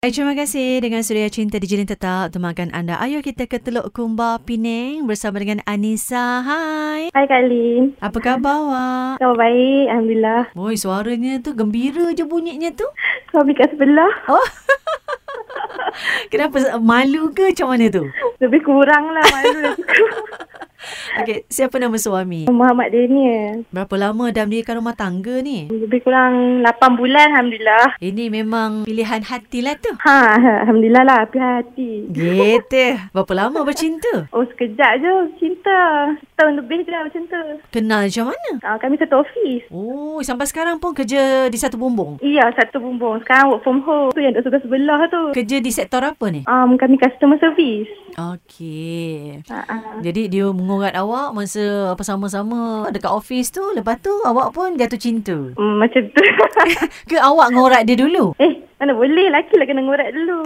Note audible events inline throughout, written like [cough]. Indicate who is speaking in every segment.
Speaker 1: Eh, terima kasih dengan Suria Cinta di Jilin Tetap temankan anda. Ayo kita ke Teluk Kumba, Penang bersama dengan Anissa. Hai.
Speaker 2: Hai Kak Lin.
Speaker 1: Apa khabar awak?
Speaker 2: Khabar baik, Alhamdulillah.
Speaker 1: Boy, suaranya tu gembira je bunyinya tu.
Speaker 2: Suami kat sebelah,
Speaker 1: Oh. [laughs] Kenapa malu ke macam mana tu?
Speaker 2: lebih kurang lah malu dah cukup.
Speaker 1: Okey, siapa nama suami?
Speaker 2: Muhammad Daniel.
Speaker 1: Berapa lama dah mendirikan rumah tangga ni?
Speaker 2: ya. Lebih kurang 8 bulan, Alhamdulillah.
Speaker 1: Ini memang pilihan hati lah tu.
Speaker 2: Ha, Alhamdulillah lah, api hati.
Speaker 1: Gitu. Berapa lama bercinta?
Speaker 2: Oh, sekejap je cinta. Setahun lebih je lah macam tu.
Speaker 1: Kenal macam mana?
Speaker 2: Ha, kami satu ofis.
Speaker 1: Oh, sampai sekarang pun kerja di satu bumbung.
Speaker 2: Iya, satu bumbung. Sekarang work from home. Tu yang duduk sebelah sebelah tu.
Speaker 1: Kerja di sektor apa ni?
Speaker 2: Um, kami customer service.
Speaker 1: Okey.
Speaker 2: Ha, ha.
Speaker 1: Jadi dia mengurat awak masa apa sama-sama dekat office tu. Lepas tu awak pun jatuh cinta. [laughs]
Speaker 2: Hmm, macam tu. [laughs]
Speaker 1: Ke awak ngorat dia dulu? [laughs]
Speaker 2: eh, mana boleh. Laki lah kena ngorak dulu.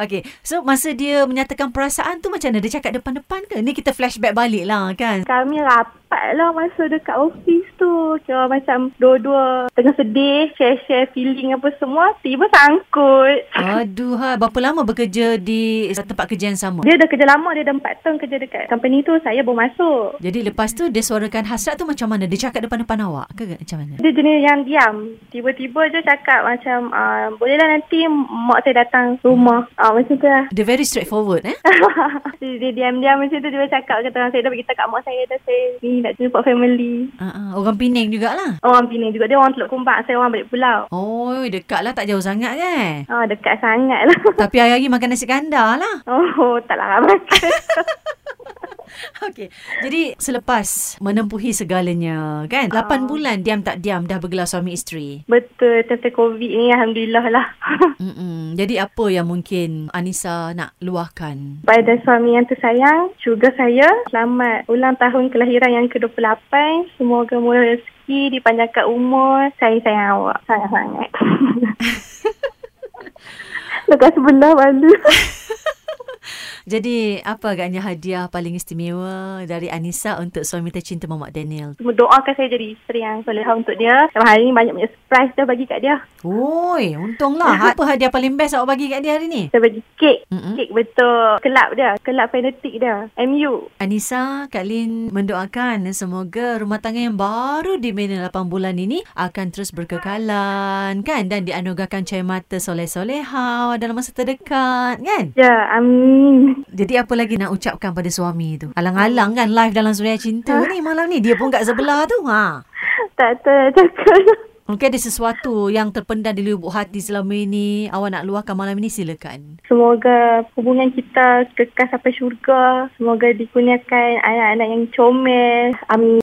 Speaker 1: Okey. So masa dia menyatakan perasaan tu macam mana? Dia cakap depan-depan ke? Ni kita flashback balik lah kan?
Speaker 2: Kami rapat lah masa dekat office tu. Kira macam dua-dua tengah sedih, share-share feeling apa semua. Tiba sangkut.
Speaker 1: Aduh, hai. berapa lama bekerja di tempat kerja yang sama?
Speaker 2: Dia dah kerja lama, dia dah empat tahun kerja dekat company tu. Saya baru masuk.
Speaker 1: Jadi lepas tu dia suarakan hasrat tu macam mana? Dia cakap depan-depan awak ke macam mana?
Speaker 2: Dia jenis yang diam. Tiba-tiba je cakap macam, uh, bolehlah nanti mak saya datang rumah. Uh, macam tu lah. [laughs]
Speaker 1: Dia very straightforward eh?
Speaker 2: dia, dia diam-diam macam tu. Dia cakap kata saya dah beritahu kat mak saya dah saya ni nak jumpa family.
Speaker 1: Uh-uh, orang Penang jugalah.
Speaker 2: Orang Penang juga. Dia orang Teluk Kumbak. Saya orang balik pulau.
Speaker 1: Oh, dekat lah tak jauh sangat kan?
Speaker 2: Ah, dekat sangat lah. [laughs]
Speaker 1: Tapi hari-hari makan nasi kandar lah.
Speaker 2: Oh, tak lah [laughs] makan.
Speaker 1: Okey. Jadi selepas menempuhi segalanya kan? 8 bulan diam tak diam dah bergelar suami isteri.
Speaker 2: Betul, tentang COVID ni Alhamdulillah lah. [laughs]
Speaker 1: Mm-mm. Jadi apa yang mungkin Anissa nak luahkan?
Speaker 2: Pada suami yang tersayang, juga saya, selamat ulang tahun kelahiran yang ke-28. Semoga murah rezeki, dipanjangkan umur. Saya sayang awak [laughs] sangat-sangat. Dekat sebelah malu. [laughs]
Speaker 1: Jadi apa agaknya hadiah paling istimewa dari Anissa untuk suami tercinta Muhammad Daniel?
Speaker 2: Cuma doakan saya jadi isteri yang solehah untuk dia. Dalam hari ni banyak-banyak surprise dah bagi kat dia.
Speaker 1: Oi, untunglah. Apa hadiah paling best awak bagi kat dia hari ni?
Speaker 2: Saya bagi kek.
Speaker 1: Mm-mm.
Speaker 2: Kek betul. Kelab dia. Kelab fanatik dia. MU.
Speaker 1: Anissa, Kak Lin mendoakan semoga rumah tangga yang baru dibina 8 bulan ini akan terus berkekalan kan dan dianugerahkan cahaya mata soleh-soleha dalam masa terdekat kan.
Speaker 2: Ya, amin.
Speaker 1: Jadi apa lagi nak ucapkan pada suami tu? Alang-alang kan live dalam Suria Cinta ni malam ni dia pun kat sebelah tu ha.
Speaker 2: [laughs] Tak tahu nak cakap.
Speaker 1: Mungkin ada sesuatu yang terpendam di lubuk hati selama ini awak nak luahkan malam ini silakan.
Speaker 2: Semoga hubungan kita kekal sampai syurga. Semoga dikurniakan anak-anak yang comel. Amin.